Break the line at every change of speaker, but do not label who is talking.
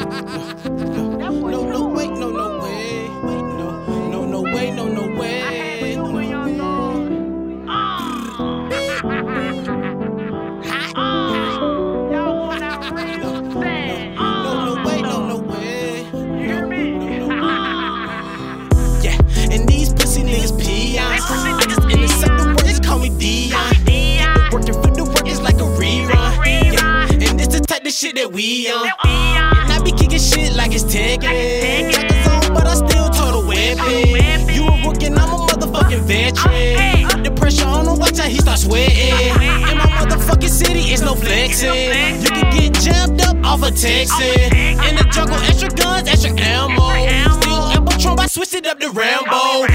That boy
No, no,
cool.
wait, no, no, way. Wait, no, no, no, way, no, no,
I had
way.
to do it, y'all know. Ah. Ah. Y'all want that real thing.
No, no, way, no, no, way.
You hear me? Ah.
Yeah, and these pussy niggas peons. Niggas in the second world just call me Dion. Working for the work is like a rerun. Yeah, and it's the type of shit that we on. And I be kicking shit like it's taken. Got the zone, but I still total weapon. You a rookie, and I'm a motherfucking veteran. Put the pressure on him, watch how Uh, he start sweating. In my motherfucking city, it's no flexing. You can get jammed up off of Texas. In the jungle, extra guns, extra ammo. Still Elbow Trump, I switched it up to Oh, Rambo.